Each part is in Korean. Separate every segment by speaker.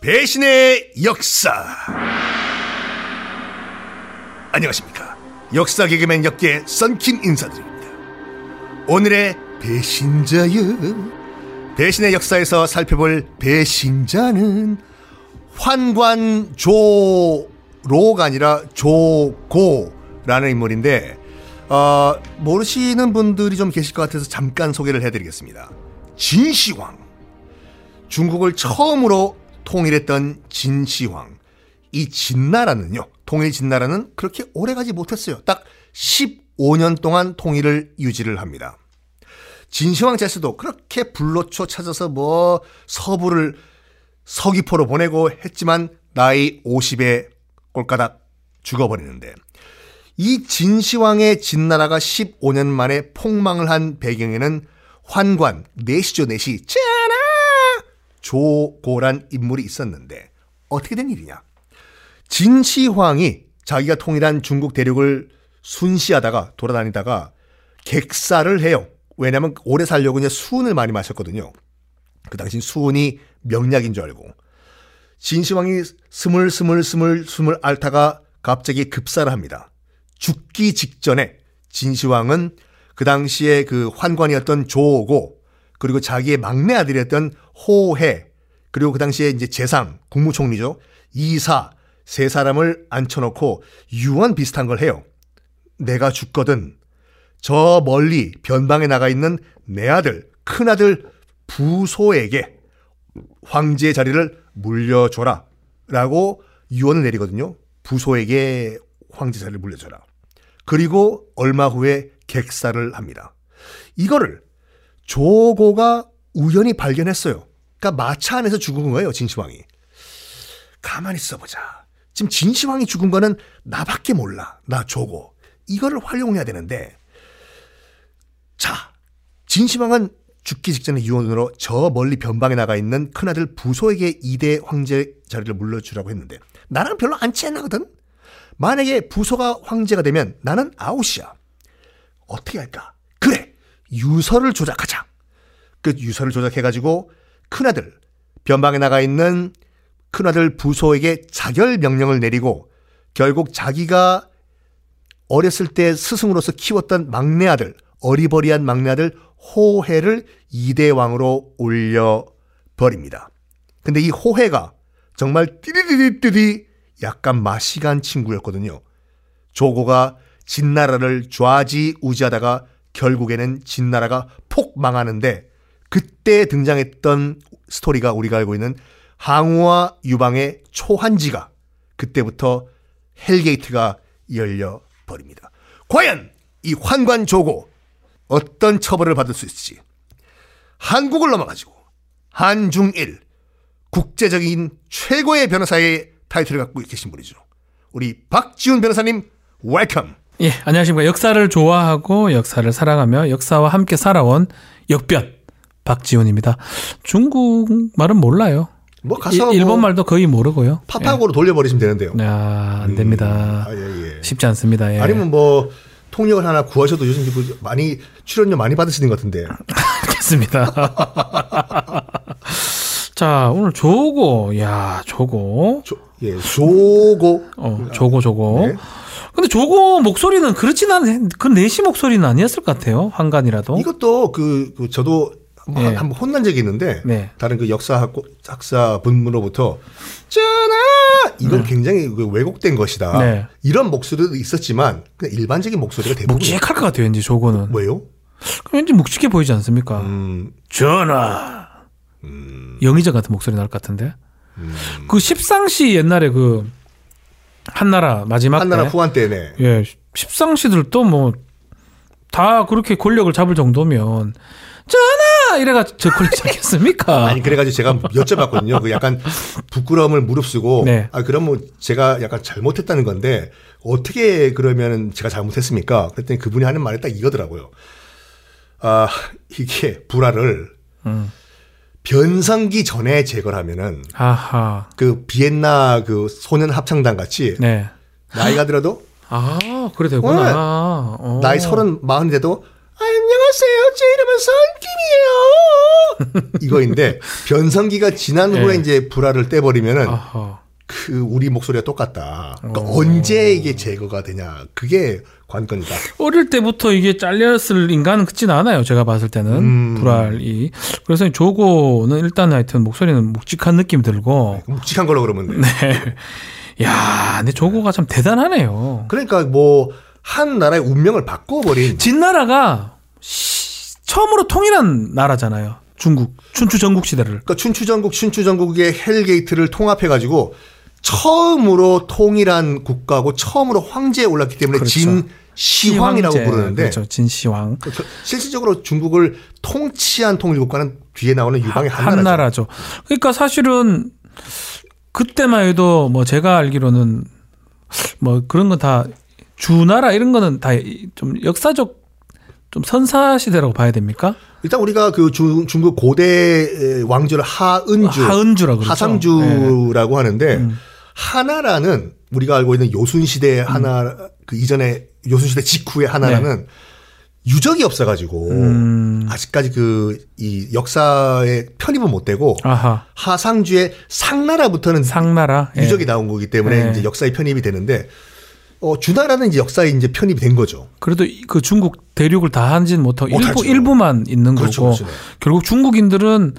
Speaker 1: 배신의 역사. 안녕하십니까. 역사 개그맨 역계 썬킴 인사드립니다. 오늘의 배신자여. 배신의 역사에서 살펴볼 배신자는 환관조로가 아니라 조고라는 인물인데 어, 모르시는 분들이 좀 계실 것 같아서 잠깐 소개를 해드리겠습니다. 진시황 중국을 처음으로 통일했던 진시황. 이 진나라는요, 통일 진나라는 그렇게 오래가지 못했어요. 딱 15년 동안 통일을 유지를 합니다. 진시황 제스도 그렇게 불로초 찾아서 뭐 서부를 서귀포로 보내고 했지만 나이 50에 꼴까닥 죽어버리는데 이 진시황의 진나라가 15년 만에 폭망을 한 배경에는 환관, 내시죠 내시, 짜라 조고란 인물이 있었는데 어떻게 된 일이냐 진시황이 자기가 통일한 중국 대륙을 순시하다가 돌아다니다가 객사를 해요. 왜냐면 오래 살려고 이제 수운을 많이 마셨거든요. 그 당시 수운이 명약인 줄 알고 진시황이 스물스물스물 숨을 앓다가 갑자기 급사를 합니다. 죽기 직전에 진시황은 그 당시에 그 환관이었던 조고 그리고 자기의 막내 아들이었던 호해 그리고 그 당시에 이제 재상 국무총리죠 이사 세 사람을 앉혀놓고 유언 비슷한 걸 해요. 내가 죽거든 저 멀리 변방에 나가 있는 내 아들, 큰아들 부소에게 황제의 자리를 물려줘라. 라고 유언을 내리거든요. 부소에게 황제 자리를 물려줘라. 그리고 얼마 후에 객사를 합니다. 이거를 조고가 우연히 발견했어요. 그러니까 마차 안에서 죽은 거예요, 진시황이. 가만히 있어보자. 지금 진시황이 죽은 거는 나밖에 몰라. 나 조고. 이거를 활용해야 되는데 자, 진시황은 죽기 직전의 유언으로 저 멀리 변방에 나가 있는 큰아들 부소에게 이대 황제 자리를 물려주라고 했는데 나랑 별로 안 친하거든? 만약에 부소가 황제가 되면 나는 아웃이야. 어떻게 할까? 그래! 유서를 조작하자. 그 유서를 조작해가지고 큰아들, 변방에 나가 있는 큰아들 부소에게 자결 명령을 내리고 결국 자기가 어렸을 때 스승으로서 키웠던 막내 아들, 어리버리한 막내 아들 호해를 이대왕으로 올려버립니다. 근데 이 호해가 정말 띠리리리띠리 약간 마시간 친구였거든요. 조고가 진나라를 좌지우지하다가 결국에는 진나라가 폭망하는데 그때 등장했던 스토리가 우리가 알고 있는 항우와 유방의 초한지가 그때부터 헬게이트가 열려 버립니다. 과연 이 환관 조고 어떤 처벌을 받을 수 있을지 한국을 넘어가지고 한중일 국제적인 최고의 변호사의 타이틀을 갖고 계신 분이죠. 우리 박지훈 변호사님 웰컴.
Speaker 2: 예, 안녕하십니까. 역사를 좋아하고 역사를 사랑하며 역사와 함께 살아온 역변 박지훈입니다. 중국 말은 몰라요.
Speaker 1: 뭐 가서
Speaker 2: 일- 일본
Speaker 1: 뭐
Speaker 2: 말도 거의 모르고요.
Speaker 1: 파파고로 돌려버리시면 되는데요.
Speaker 2: 예. 아, 안 됩니다.
Speaker 1: 아, 예, 예.
Speaker 2: 쉽지 않습니다. 예.
Speaker 1: 아니면 뭐 통역을 하나 구하셔도 요즘 그 많이 출연료 많이 받으시는 것 같은데.
Speaker 2: 됐습니다. 자, 오늘 조고, 야, 조고,
Speaker 1: 조, 예, 조고.
Speaker 2: 어, 조고, 조고.
Speaker 1: 네.
Speaker 2: 근데 조고 목소리는 그렇진 않은 그 내시 목소리는 아니었을 것 같아요. 환관이라도.
Speaker 1: 이것도 그, 그 저도 한번,
Speaker 2: 예.
Speaker 1: 한번 혼난 적이 있는데
Speaker 2: 네.
Speaker 1: 다른 그 역사 학사 분으로부터 쩌나 이건 굉장히 그 왜곡된 것이다.
Speaker 2: 네.
Speaker 1: 이런 목소리도 있었지만 그냥 일반적인 목소리가 대부분
Speaker 2: 묵직할 것 같아요. 왠지 조고는.
Speaker 1: 왜요?
Speaker 2: 그럼 왠지 묵직해 보이지 않습니까?
Speaker 1: 음,
Speaker 2: 전하. 영희자 같은 목소리 나올 것 같은데.
Speaker 1: 음.
Speaker 2: 그 십상시 옛날에 그 한나라 마지막
Speaker 1: 한나라
Speaker 2: 때.
Speaker 1: 후한 때네.
Speaker 2: 예, 십상시들도 뭐 다 그렇게 권력을 잡을 정도면 전하 이래가 저 권력 잡겠습니까?
Speaker 1: 아니 그래가지고 제가 여쭤봤거든요. 그 약간 부끄러움을 무릅쓰고
Speaker 2: 네.
Speaker 1: 아 그럼 뭐 제가 약간 잘못했다는 건데 어떻게 그러면 제가 잘못했습니까? 그랬더니 그분이 하는 말이 딱 이거더라고요. 아 이게 불화를
Speaker 2: 음.
Speaker 1: 변성기 전에 제거하면은
Speaker 2: 아하.
Speaker 1: 그 비엔나 그 소년 합창단 같이
Speaker 2: 네.
Speaker 1: 나이가 들어도
Speaker 2: 아, 그래 되구나. 어.
Speaker 1: 나이 서른 마흔이 돼도 안녕하세요 제 이름은 선김이에요 이거인데 변성기가 지난 후에
Speaker 2: 예.
Speaker 1: 이제 불화를 떼버리면은
Speaker 2: 아하.
Speaker 1: 그 우리 목소리가 똑같다. 그러니까 언제 이게 제거가 되냐 그게 관건이다.
Speaker 2: 어릴 때부터 이게 잘렸을 인간은 크진 않아요. 제가 봤을 때는
Speaker 1: 음.
Speaker 2: 불알이. 그래서 조고는 일단 하여튼 목소리는 묵직한 느낌 들고.
Speaker 1: 묵직한 걸로 그러면 돼.
Speaker 2: 야, 근데 조고가 참 대단하네요.
Speaker 1: 그러니까 뭐 한 나라의 운명을 바꿔버린
Speaker 2: 진나라가 시- 처음으로 통일한 나라잖아요. 중국 춘추 전국 시대를.
Speaker 1: 그러니까 춘추전국 춘추전국의 헬게이트를 통합해가지고 처음으로 통일한 국가고 처음으로 황제에 올랐기 때문에
Speaker 2: 그렇죠.
Speaker 1: 진시황이라고
Speaker 2: 시황제.
Speaker 1: 부르는데
Speaker 2: 그렇죠. 진시황.
Speaker 1: 그- 실질적으로 중국을 통치한 통일국가는 뒤에 나오는 유방의 한나라죠.
Speaker 2: 한나라죠. 그러니까 사실은 그때만 해도 뭐 제가 알기로는 뭐 그런 건 다 주나라 이런 거는 다 좀 역사적 좀 선사 시대라고 봐야 됩니까?
Speaker 1: 일단 우리가 그 중, 중국 고대 왕조를 하은주,
Speaker 2: 하은주라고 그러죠. 네. 음.
Speaker 1: 상주라고 하는데 하나라는 우리가 알고 있는 요순 시대 하나 그 이전에 요순 시대 직후의 하나라는
Speaker 2: 네.
Speaker 1: 유적이 없어가지고
Speaker 2: 예. 음.
Speaker 1: 아직까지 그 이 역사에 편입은 못 되고
Speaker 2: 아하
Speaker 1: 하상주의 상나라부터는
Speaker 2: 상나라 예.
Speaker 1: 유적이 나온 거기 때문에
Speaker 2: 네.
Speaker 1: 이제 역사에 편입이 되는데 어 주나라는 이제 역사에 이제 편입이 된 거죠.
Speaker 2: 그래도 이- 그 중국 대륙을 다 하진 못하고
Speaker 1: 못하죠.
Speaker 2: 일부 일부만 있는
Speaker 1: 그렇죠,
Speaker 2: 거고
Speaker 1: 그렇죠. 네.
Speaker 2: 결국 중국인들은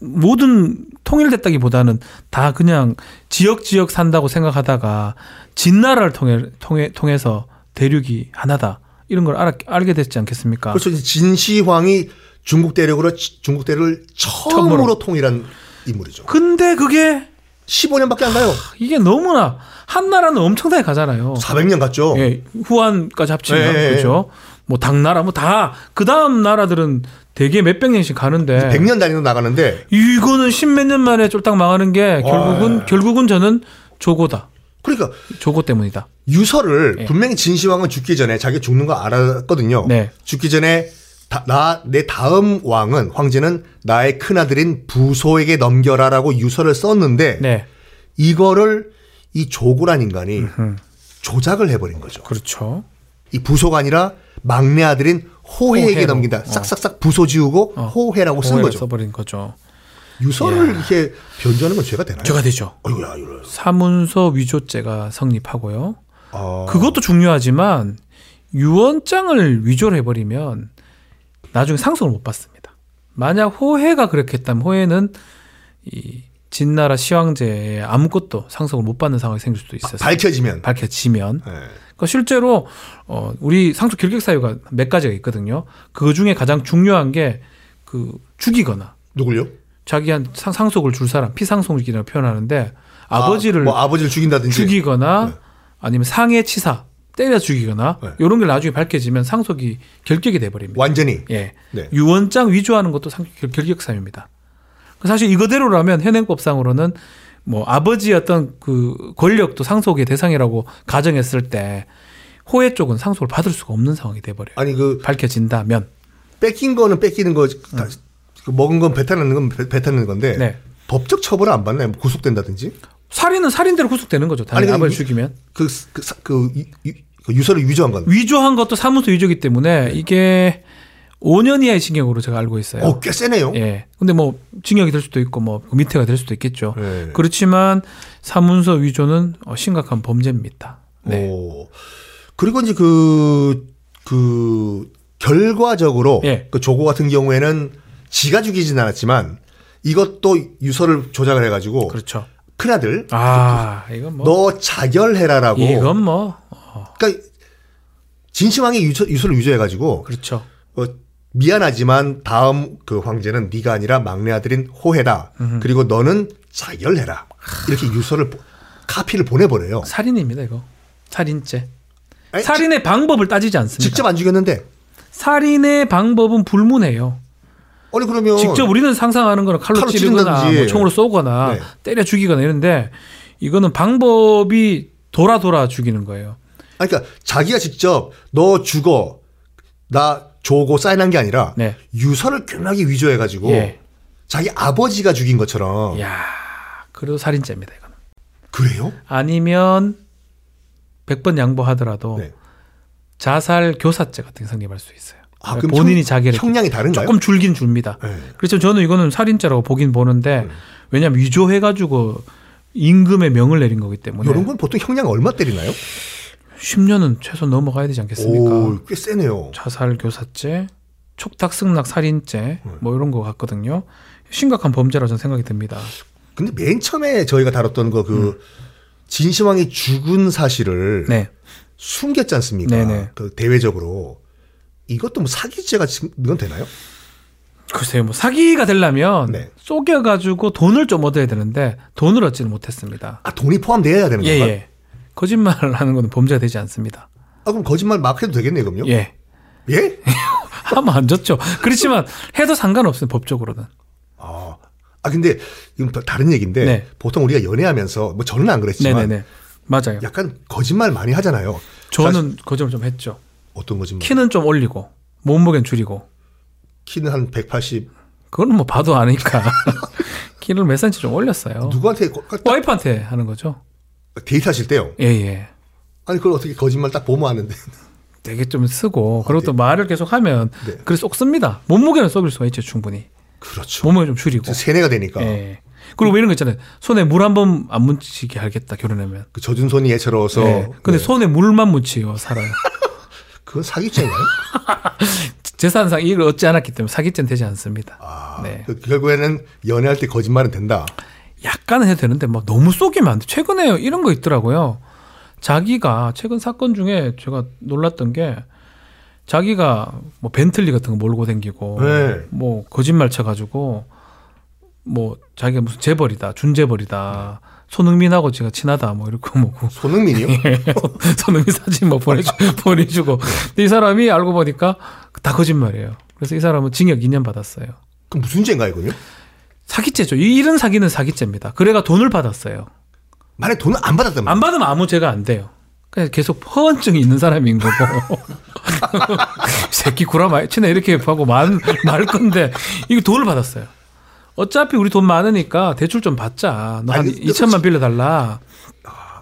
Speaker 2: 모든 통일됐다기보다는 다 그냥 지역 지역 산다고 생각하다가 진나라를 통해 통해 통해서 대륙이 하나다 이런 걸 알아, 알게 됐지 않겠습니까?
Speaker 1: 그래서 이제 진시황이 중국 대륙으로 치- 중국 대륙을 처음으로,
Speaker 2: 처음으로.
Speaker 1: 통일한 인물이죠.
Speaker 2: 근데 그게
Speaker 1: 15년밖에 안 가요.
Speaker 2: 이게 너무나 한나라는 엄청나게 가잖아요.
Speaker 1: 400년 갔죠.
Speaker 2: 예, 후한까지 합치면
Speaker 1: 예, 예, 예.
Speaker 2: 그죠? 뭐 당나라 뭐 다 그 다음 나라들은 대개 몇백 년씩 가는데
Speaker 1: 100년 단위로 나가는데
Speaker 2: 이거는 십몇 년 만에 쫄딱 망하는 게 결국은 결국은 저는 조고다.
Speaker 1: 그러니까
Speaker 2: 조고 때문이다.
Speaker 1: 유서를
Speaker 2: 예.
Speaker 1: 분명히 진시황은 죽기 전에 자기가 죽는 거 알았거든요.
Speaker 2: 네.
Speaker 1: 죽기 전에 나 내 다음 왕은 황제는 나의 큰 아들인 부소에게 넘겨라라고 유서를 썼는데
Speaker 2: 네.
Speaker 1: 이거를 이 조구란 인간이 조작을 해버린 거죠.
Speaker 2: 그렇죠.
Speaker 1: 이 부소가 아니라 막내 아들인 호해에게
Speaker 2: 호해로.
Speaker 1: 넘긴다.
Speaker 2: 어.
Speaker 1: 싹싹싹 부소 지우고
Speaker 2: 어.
Speaker 1: 호해라고 쓴
Speaker 2: 공해를
Speaker 1: 거죠.
Speaker 2: 써버린 거죠.
Speaker 1: 유서를 이렇게 변조하는 건 죄가 되나요?
Speaker 2: 죄가 되죠.
Speaker 1: 어이구야, 이거.
Speaker 2: 사문서 위조죄가 성립하고요.
Speaker 1: 아,
Speaker 2: 그것도 중요하지만 유언장을 위조를 해버리면 나중에 상속을 못 받습니다. 만약 호해가 그렇게 했다면 호해는 이 진나라 시황제에 아무것도 상속을 못 받는 상황이 생길 수도 있었어요.
Speaker 1: 밝혀지면.
Speaker 2: 밝혀지면
Speaker 1: 예.
Speaker 2: 그러니까 실제로 어, 우리 상속 결격 사유가 몇 가지가 있거든요. 그 중에 가장 중요한 게 그 죽이거나
Speaker 1: 누굴요?
Speaker 2: 자기한 상- 상속을 줄 사람 피상속이라고 표현하는데 아버지를
Speaker 1: 아, 뭐 아버지를 죽인다든지.
Speaker 2: 죽이거나
Speaker 1: 네.
Speaker 2: 아니면 상해치사 때려 죽이거나
Speaker 1: 네.
Speaker 2: 이런 게 나중에 밝혀지면 상속이 결격이 돼 버립니다.
Speaker 1: 완전히.
Speaker 2: 예.
Speaker 1: 네.
Speaker 2: 유언장 위조하는 것도 상격 결- 결격 사유입니다. 그 사실 이거대로라면 현행법상으로는 뭐 아버지의 어떤 그 권력도 상속의 대상이라고 가정했을 때 호해 쪽은 상속을 받을 수가 없는 상황이 돼버려요.
Speaker 1: 아니 그
Speaker 2: 밝혀진다면
Speaker 1: 뺏긴 거는 뺏기는 거 다- 그 먹은 건 뱉어내는 건 뱉- 뱉어내는 건데
Speaker 2: 음. 네.
Speaker 1: 법적 처벌을 안 받나요? 뭐 구속된다든지.
Speaker 2: 살인은 살인대로 구속되는 거죠.
Speaker 1: 아니,
Speaker 2: 당연히
Speaker 1: 근데
Speaker 2: 아버지
Speaker 1: 이-
Speaker 2: 죽이면
Speaker 1: 그, 그, 사- 그, 유- 유- 그 유서를 위조한 건.
Speaker 2: 위조한 것도 사문서 위조기
Speaker 1: 네.
Speaker 2: 때문에 이게 5년 이하의 징역으로 제가 알고 있어요.
Speaker 1: 어, 꽤 세네요.
Speaker 2: 예. 근데 뭐 징역이 될 수도 있고 뭐그 밑에가 될 수도 있겠죠.
Speaker 1: 예.
Speaker 2: 그렇지만 사문서 위조는 어, 심각한 범죄입니다. 네.
Speaker 1: 오. 어. 그리고 이제 그, 그, 결과적으로
Speaker 2: 예.
Speaker 1: 그 조고 같은 경우에는 지가 죽이진 않았지만 이것도 유서를 조작을 해가지고
Speaker 2: 그렇죠.
Speaker 1: 큰아들
Speaker 2: 아, 이건 뭐
Speaker 1: 너 자결해라라고
Speaker 2: 이건 뭐 어,
Speaker 1: 그러니까 진심왕이 유서, 유서를 유조해가지고
Speaker 2: 그렇죠.
Speaker 1: 어, 미안하지만 다음 그 황제는 네가 아니라 막내 아들인 호해다 그리고 너는 자결해라 이렇게 유서를 보- 카피를 보내버려요
Speaker 2: 살인입니다, 이거. 살인죄.
Speaker 1: 아니,
Speaker 2: 살인의 방법을 따지지 않습니다.
Speaker 1: 직접 안 죽였는데
Speaker 2: 살인의 방법은 불문해요.
Speaker 1: 아니 그러면
Speaker 2: 직접 우리는 상상하는 거는 칼로,
Speaker 1: 어. 칼로
Speaker 2: 찌르거나
Speaker 1: 찌른다든지.
Speaker 2: 뭐 총으로 쏘거나
Speaker 1: 네.
Speaker 2: 때려 죽이거나 이런데 이거는 방법이 돌아 돌아 죽이는 거예요.
Speaker 1: 아니, 그러니까 자기가 직접 너 죽어 나 조고 사인한 게 아니라
Speaker 2: 네.
Speaker 1: 유서를 굉장히 위조해가지고
Speaker 2: 예.
Speaker 1: 자기 아버지가 죽인 것처럼
Speaker 2: 야, 그래도 살인죄입니다, 이거는.
Speaker 1: 그래요?
Speaker 2: 아니면 100번 양보하더라도
Speaker 1: 네.
Speaker 2: 자살 교사죄 같은 게 성립할 수 있어요.
Speaker 1: 아, 그럼
Speaker 2: 네, 본인이
Speaker 1: 형-
Speaker 2: 자기를
Speaker 1: 형량이 다른가요?
Speaker 2: 조금 줄긴 줍니다.
Speaker 1: 네.
Speaker 2: 그렇죠. 저는 이거는 살인죄라고 보긴 보는데 왜냐하면 위조해가지고 임금의 명을 내린 거기 때문에
Speaker 1: 이런 건 보통 형량 얼마 때리나요?
Speaker 2: 10년은 최소 넘어가야 되지 않겠습니까?
Speaker 1: 오, 꽤 세네요.
Speaker 2: 자살 교사죄, 촉탁 승낙 살인죄
Speaker 1: 네.
Speaker 2: 뭐 이런 거 같거든요. 심각한 범죄라 저는 생각이 듭니다.
Speaker 1: 근데 맨 처음에 저희가 다뤘던 거 그 진시황이 죽은 사실을
Speaker 2: 음. 네.
Speaker 1: 숨겼지 않습니까?
Speaker 2: 네네.
Speaker 1: 그 대외적으로 이것도 뭐 사기죄가 지금 이건 되나요?
Speaker 2: 글쎄요, 뭐 사기가 되려면
Speaker 1: 네.
Speaker 2: 속여가지고 돈을 좀 얻어야 되는데 돈을 얻지는 못했습니다.
Speaker 1: 아 돈이 포함돼야 되는
Speaker 2: 예,
Speaker 1: 건가?
Speaker 2: 예. 거짓말을 하는 건 범죄가 되지 않습니다.
Speaker 1: 아 그럼 거짓말 막 해도 되겠네요, 그럼요?
Speaker 2: 예.
Speaker 1: 예?
Speaker 2: 하면 안 좋죠. 그렇지만 해도 상관없어요, 법적으로는.
Speaker 1: 아, 아 근데 이건 또 다른 얘기인데
Speaker 2: 네.
Speaker 1: 보통 우리가 연애하면서 뭐 저는 안 그랬지만
Speaker 2: 네네네. 맞아요.
Speaker 1: 약간 거짓말 많이 하잖아요. 사실
Speaker 2: 저는 거짓말 좀 했죠.
Speaker 1: 어떤 거짓말?
Speaker 2: 키는 좀 올리고, 몸무게는 줄이고.
Speaker 1: 키는 한 180.
Speaker 2: 그거는 뭐 봐도 아니까. 키를 몇 센치 좀 올렸어요.
Speaker 1: 누구한테 거- 딱
Speaker 2: 와이프한테 하는 거죠.
Speaker 1: 데이트하실 때요?
Speaker 2: 예, 예.
Speaker 1: 아니 그걸 어떻게 거짓말 딱 보면 아는데
Speaker 2: 되게 좀 쓰고, 그리고 또 말을 계속 하면,
Speaker 1: 네.
Speaker 2: 그래서 쏙 씁니다. 몸무게는 썩일 수가 있죠, 충분히.
Speaker 1: 그렇죠.
Speaker 2: 몸무게 좀 줄이고.
Speaker 1: 세뇌가 되니까
Speaker 2: 예. 그리고 왜 이런 거 있잖아요. 손에 물 한 번 안 묻히게 하겠다, 결혼하면.
Speaker 1: 그 젖은 손이 예처로서
Speaker 2: 예. 근데
Speaker 1: 네.
Speaker 2: 손에 물만 묻히요, 살아요.
Speaker 1: 그건 사기죄인가요?
Speaker 2: 재산상 이익을 얻지 않았기 때문에 사기죄는 되지 않습니다.
Speaker 1: 아,
Speaker 2: 네.
Speaker 1: 그- 결국에는 연애할 때 거짓말은 된다.
Speaker 2: 약간은 해도 되는데 막 너무 속이면 안 돼. 최근에 이런 거 있더라고요. 자기가 최근 사건 중에 제가 놀랐던 게 자기가 뭐 벤틀리 같은 거 몰고 댕기고
Speaker 1: 네.
Speaker 2: 뭐 거짓말 쳐가지고 뭐 자기가 무슨 재벌이다 준재벌이다 손흥민하고 제가 친하다 뭐 이렇게 뭐고
Speaker 1: 손흥민이요?
Speaker 2: 네. 손흥민 사진 뭐 보내주, 보내주고 근데 이 사람이 알고 보니까 다 거짓말이에요. 그래서 이 사람은 징역 2년 받았어요.
Speaker 1: 그 무슨 죄인가요, 그건요?
Speaker 2: 사기죄죠. 이- 이런 사기는 사기죄입니다. 그래가 돈을 받았어요.
Speaker 1: 만약 돈을 안 받았다면
Speaker 2: 안 받으면 아무 죄가 안 돼요. 그냥 계속 허언증이 있는 사람인 거고. 새끼 구라마 치네 이렇게 하고 말, 말 건데 이거 돈을 받았어요. 어차피 우리 돈 많으니까 대출 좀 받자. 너 한
Speaker 1: 아니, 근데
Speaker 2: 2천만 빌려달라.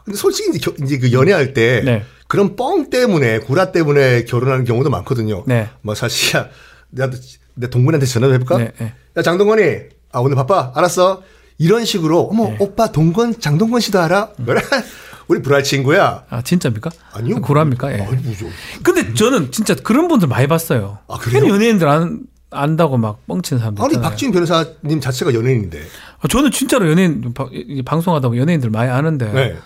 Speaker 1: 근데 솔직히 이제, 겨- 이제 그 연애할 때
Speaker 2: 아. 네.
Speaker 1: 그런 뻥 때문에 구라 때문에 결혼하는 경우도 많거든요.
Speaker 2: 네.
Speaker 1: 뭐 사실야 나도 내 동문한테 전화를 해볼까?
Speaker 2: 네, 네.
Speaker 1: 야 장동건이 아 오늘 바빠 알았어 이런 식으로 어머
Speaker 2: 네.
Speaker 1: 오빠 동건 장동건 씨도 알아?
Speaker 2: 음.
Speaker 1: 그래 우리 브랄 친구야.
Speaker 2: 아, 진짜입니까?
Speaker 1: 아니요.
Speaker 2: 구라입니까? 예.
Speaker 1: 아니 뭐죠?
Speaker 2: 근데 저는 진짜 그런 분들 많이 봤어요.
Speaker 1: 아, 그래요?
Speaker 2: 연예인들 안, 안다고 막 뻥치는 사람들.
Speaker 1: 아니
Speaker 2: 있잖아요.
Speaker 1: 박지윤 변호사님 자체가 연예인인데.
Speaker 2: 아, 저는 진짜로 연예인, 바- 이- 이 방송하다 보면 연예인들 많이 아는데
Speaker 1: 네.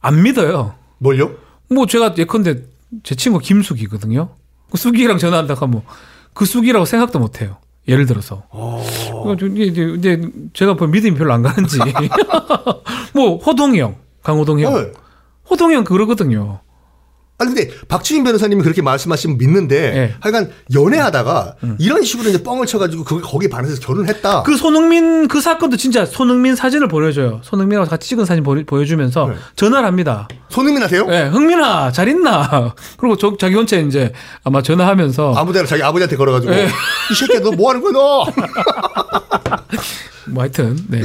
Speaker 2: 안 믿어요.
Speaker 1: 뭘요?
Speaker 2: 뭐 제가 예컨대 제 친구 김숙이거든요. 그 숙이랑 전화한다고 하면 그 숙이라고 생각도 못 해요. 예를 들어서. 그러니까 저- 이제- 이제- 근데 제가 보면 믿음이 별로 안 가는지. 뭐 호동이 형, 강호동이 형.
Speaker 1: 네.
Speaker 2: 호동이 형 그러거든요.
Speaker 1: 아니 근데 박지윤 변호사님이 그렇게 말씀하시면 믿는데
Speaker 2: 예.
Speaker 1: 하여간 연애하다가 이런 식으로 이제 뻥을 쳐가지고 그 거기에 반해서 결혼했다.
Speaker 2: 음. 그 손흥민 그 사건도 진짜 손흥민 사진을 보여줘요. 손흥민하고 같이 찍은 사진 보여- 보여주면서
Speaker 1: 네.
Speaker 2: 전화를 합니다.
Speaker 1: 손흥민하세요?
Speaker 2: 예, 흥민아 잘 있나? 그리고 저- 자기 혼자 이제 아마 전화하면서
Speaker 1: 아무데나 자기 아버지한테 걸어가지고
Speaker 2: 네.
Speaker 1: 이 새끼야 너 뭐 하는 거야 너?
Speaker 2: 뭐 하여튼 네.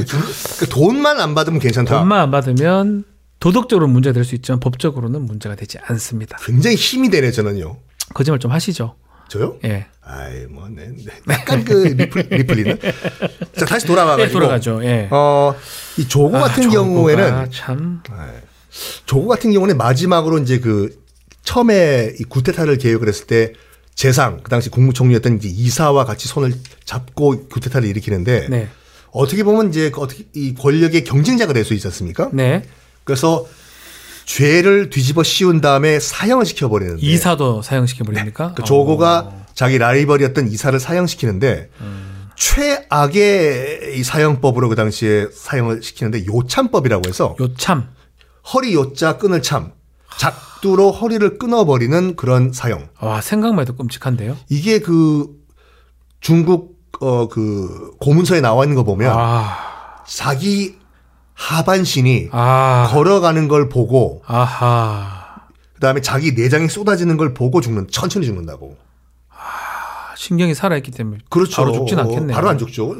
Speaker 1: 그 돈만 안 받으면 괜찮다.
Speaker 2: 돈만 안 받으면 도덕적으로 는 문제가 될 수 있지만 법적으로는 문제가 되지 않습니다.
Speaker 1: 굉장히 힘이 되네 저는요.
Speaker 2: 거짓말 좀 하시죠.
Speaker 1: 저요?
Speaker 2: 예.
Speaker 1: 아이 뭐 네, 네. 약간 그 리플, 리플리는 자 다시 돌아가가지고
Speaker 2: 네, 돌아가죠. 예.
Speaker 1: 어이 조고
Speaker 2: 아,
Speaker 1: 같은
Speaker 2: 정보가
Speaker 1: 경우에는
Speaker 2: 참
Speaker 1: 조고 같은 경우는 마지막으로 이제 그 처음에 이 구태타를 계획을 했을 때 재상 그 당시 국무총리였던 이제 이사와 같이 손을 잡고 구태타를 일으키는데
Speaker 2: 네.
Speaker 1: 어떻게 보면 이제 그 어떻게 이 권력의 경쟁자가 될 수 있지 않습니까?
Speaker 2: 네.
Speaker 1: 그래서 죄를 뒤집어 씌운 다음에 사형을 시켜버리는데
Speaker 2: 이사도 어. 사형시켜 버립니까?
Speaker 1: 그 조고가 자기 라이벌이었던 이사를 사형시키는데
Speaker 2: 음.
Speaker 1: 최악의 이 사형법으로 그 당시에 사형을 시키는데 요참법이라고 해서
Speaker 2: 어. 요참.
Speaker 1: 허리 요자 끈을 참 작두로 허리를 끊어버리는 그런 사형.
Speaker 2: 와, 생각만 해도 끔찍한데요.
Speaker 1: 이게 그 중국 어 그 고문서에 나와 있는 거 보면
Speaker 2: 아.
Speaker 1: 자기 하반신이
Speaker 2: 아.
Speaker 1: 걸어가는 걸 보고
Speaker 2: 아하.
Speaker 1: 그다음에 자기 내장이 쏟아지는 걸 보고 죽는 천천히 죽는다고.
Speaker 2: 아, 신경이 살아 있기 때문에
Speaker 1: 그렇죠.
Speaker 2: 바로 죽진 않겠네요.
Speaker 1: 바로 안 죽죠.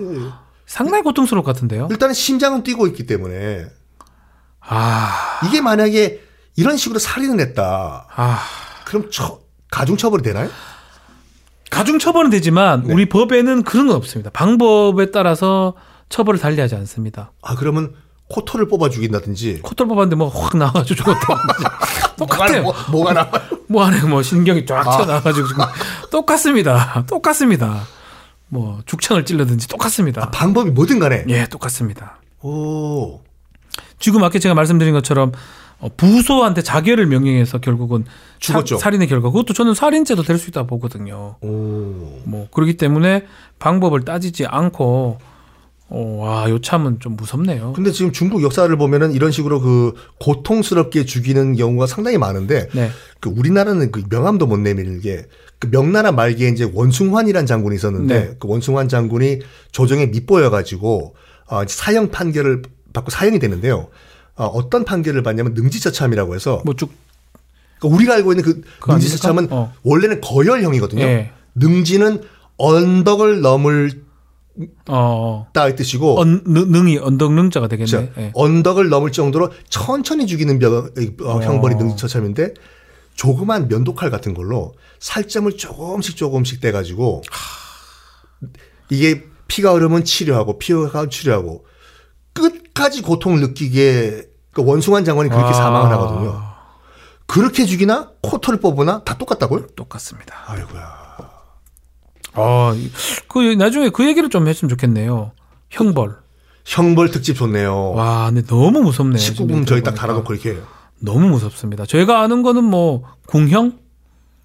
Speaker 2: 상당히 고통스러울 것 같은데요.
Speaker 1: 일단은 심장은 뛰고 있기 때문에
Speaker 2: 아.
Speaker 1: 이게 만약에 이런 식으로 살인을 했다.
Speaker 2: 아.
Speaker 1: 그럼 처, 가중처벌이 되나요?
Speaker 2: 가중 처벌은 되지만
Speaker 1: 네.
Speaker 2: 우리 법에는 그런 건 없습니다. 방법에 따라서 처벌을 달리하지 않습니다.
Speaker 1: 아 그러면 코털을 뽑아 죽인다든지
Speaker 2: 코털 뽑았는데 뭐 확 나와가지고 죽었다. 똑같아요.
Speaker 1: 뭐가, 나- 뭐, 가 나와
Speaker 2: 뭐 안에 뭐 신경이 쫙
Speaker 1: 아.
Speaker 2: 튀어나와가지고 지금 똑같습니다. 똑같습니다. 뭐 죽창을 찔러든지 똑같습니다.
Speaker 1: 방법이 뭐든 간에
Speaker 2: 예, 똑같습니다.
Speaker 1: 오
Speaker 2: 지금 아까 제가 말씀드린 것처럼 어, 부소한테 자결을 명령해서 결국은 사-
Speaker 1: 죽었죠.
Speaker 2: 살인의 결과. 그것도 저는 살인죄도 될 수 있다 보거든요.
Speaker 1: 오.
Speaker 2: 뭐 그렇기 때문에 방법을 따지지 않고 어, 와, 요참은 좀 무섭네요.
Speaker 1: 근데 지금 중국 역사를 보면은 이런 식으로 그 고통스럽게 죽이는 경우가 상당히 많은데
Speaker 2: 네.
Speaker 1: 그 우리나라는 그 명함도 못 내밀 게그 명나라 말기에 이제 원숭환이란 장군이 있었는데
Speaker 2: 네.
Speaker 1: 그 원숭환 장군이 조정에 밑보여 가지고 어, 이제 사형 판결을 받고 사형이 되는데요. 어, 어떤 판결을 받냐면 능지처참이라고 해서
Speaker 2: 뭐 쭉
Speaker 1: 그러니까 우리가 알고 있는 그
Speaker 2: 그거
Speaker 1: 능지처참은
Speaker 2: 아닙니까? 어.
Speaker 1: 원래는 거열형이거든요.
Speaker 2: 예.
Speaker 1: 능지는 언덕을 넘을
Speaker 2: 어,
Speaker 1: 다이 뜻이고
Speaker 2: 언, 능, 능이 언덕 능자가 되겠네.
Speaker 1: 그렇죠.
Speaker 2: 예.
Speaker 1: 언덕을 넘을 정도로 천천히 죽이는 병, 어, 형벌이
Speaker 2: 어.
Speaker 1: 능지처참인데 조그만 면도칼 같은 걸로 살점을 조금씩 조금씩 떼가지고 이게 피가 흐르면 치료하고 피가 흐르면 치료하고 끝까지 고통을 느끼게 그 원숭한 장관이 그렇게
Speaker 2: 아,
Speaker 1: 사망을 하거든요. 그렇게 죽이나 코털을 뽑으나 다 똑같다고요?
Speaker 2: 똑같습니다.
Speaker 1: 아이고야.
Speaker 2: 아, 이- 그 나중에 그 얘기를 좀 했으면 좋겠네요. 형벌.
Speaker 1: 형벌 특집 좋네요.
Speaker 2: 와, 근데 너무 무섭네요.
Speaker 1: 19금
Speaker 2: 지금
Speaker 1: 어. 저희 딱
Speaker 2: 들어보니까.
Speaker 1: 달아놓고 이렇게 해요.
Speaker 2: 너무 무섭습니다. 저희가 아는 거는 뭐 공형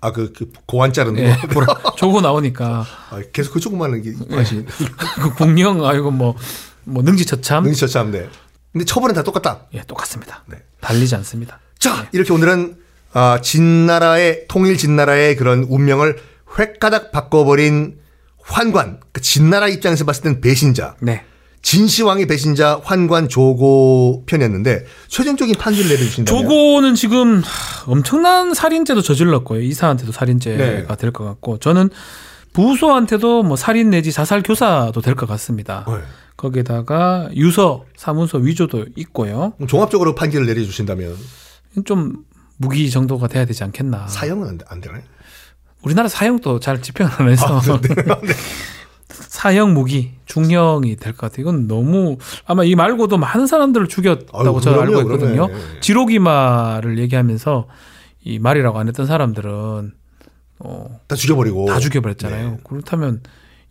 Speaker 1: 아, 그, 그 고환 자르는
Speaker 2: 예,
Speaker 1: 거.
Speaker 2: 보라, 저거 나오니까
Speaker 1: 아, 계속 그 조그만 한게 관심이
Speaker 2: 그 공형 아이고 뭐, 뭐 능지처참
Speaker 1: 능지 처참네. 근데 처벌은 다 똑같다.
Speaker 2: 예, 똑같습니다.
Speaker 1: 네.
Speaker 2: 달리지 않습니다.
Speaker 1: 자, 이렇게 오늘은 아, 진나라의 통일 진나라의 그런 운명을 획가닥 바꿔버린 환관, 그 진나라 입장에서 봤을 땐 배신자,
Speaker 2: 네.
Speaker 1: 진시황의 배신자 환관 조고 편이었는데 최종적인 판결을 내려주신다면
Speaker 2: 조고는 지금 하, 엄청난 살인죄도 저질렀고요. 이사한테도 살인죄가
Speaker 1: 네.
Speaker 2: 될 것 같고 저는 부소한테도 뭐 살인 내지 자살 교사도 될 것 같습니다.
Speaker 1: 네.
Speaker 2: 거기다가 유서, 사문서 위조도 있고요.
Speaker 1: 그럼 종합적으로 판결을 내려주신다면
Speaker 2: 좀 무기 정도가 돼야 되지 않겠나.
Speaker 1: 사형은 안, 되- 안 되나요?
Speaker 2: 우리나라 사형도 잘 집행을 안 해서
Speaker 1: 아, 네.
Speaker 2: 사형 무기 중형이 될 것 같아요. 이건 너무 아마 이 말고도 많은 사람들을 죽였다고
Speaker 1: 아유,
Speaker 2: 저는 알고
Speaker 1: 그럼요,
Speaker 2: 있거든요.
Speaker 1: 그러네.
Speaker 2: 지로기마를 얘기하면서 이 말이라고 안 했던 사람들은 어,
Speaker 1: 다 죽여버리고
Speaker 2: 다 죽여버렸잖아요. 그렇다면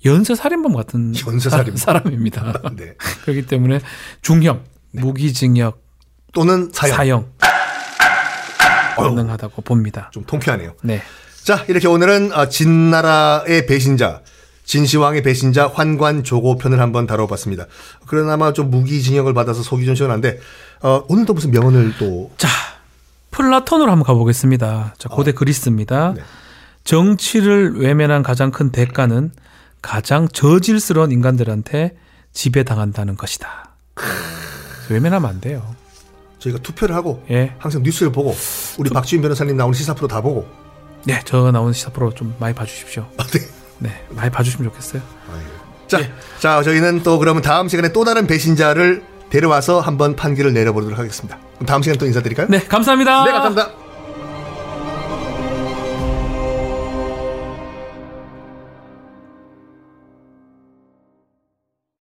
Speaker 2: 연쇄 살인범 같은
Speaker 1: 네. 연쇄 살인범.
Speaker 2: 사- 사람입니다.
Speaker 1: 네.
Speaker 2: 그렇기 때문에 중형, 무기징역,
Speaker 1: 또는 사형.
Speaker 2: 사형
Speaker 1: 어휴.
Speaker 2: 가능하다고 봅니다.
Speaker 1: 좀 통쾌하네요.
Speaker 2: 네.
Speaker 1: 자, 이렇게 오늘은 아, 진나라의 배신자, 진시황의 배신자 환관 조고 편을 한번 다뤄봤습니다. 그러나마 좀 무기징역을 받아서 속이 좀 시원한데 어, 오늘도 무슨 명언을 또
Speaker 2: 자, 플라톤으로 한번 가보겠습니다. 자, 고대 그리스입니다.
Speaker 1: 네.
Speaker 2: 정치를 외면한 가장 큰 대가는 가장 저질스러운 인간들한테 지배당한다는 것이다. 외면하면 안 돼요.
Speaker 1: 저희가 투표를 하고
Speaker 2: 예.
Speaker 1: 항상 뉴스를 보고 우리 박지윤 변호사님 나오는 시사 프로 다 보고
Speaker 2: 네, 저 나오는 시사 프로 좀 많이 봐주십시오.
Speaker 1: 아, 네.
Speaker 2: 네, 많이 봐주시면 좋겠어요.
Speaker 1: 자,
Speaker 2: 예.
Speaker 1: 자, 저희는 또 그러면 다음 시간에 또 다른 배신자를 데려와서 한번 판결을 내려보도록 하겠습니다. 그럼 다음 시간에 또 인사드릴까요?
Speaker 2: 네, 감사합니다.
Speaker 1: 네, 감사합니다.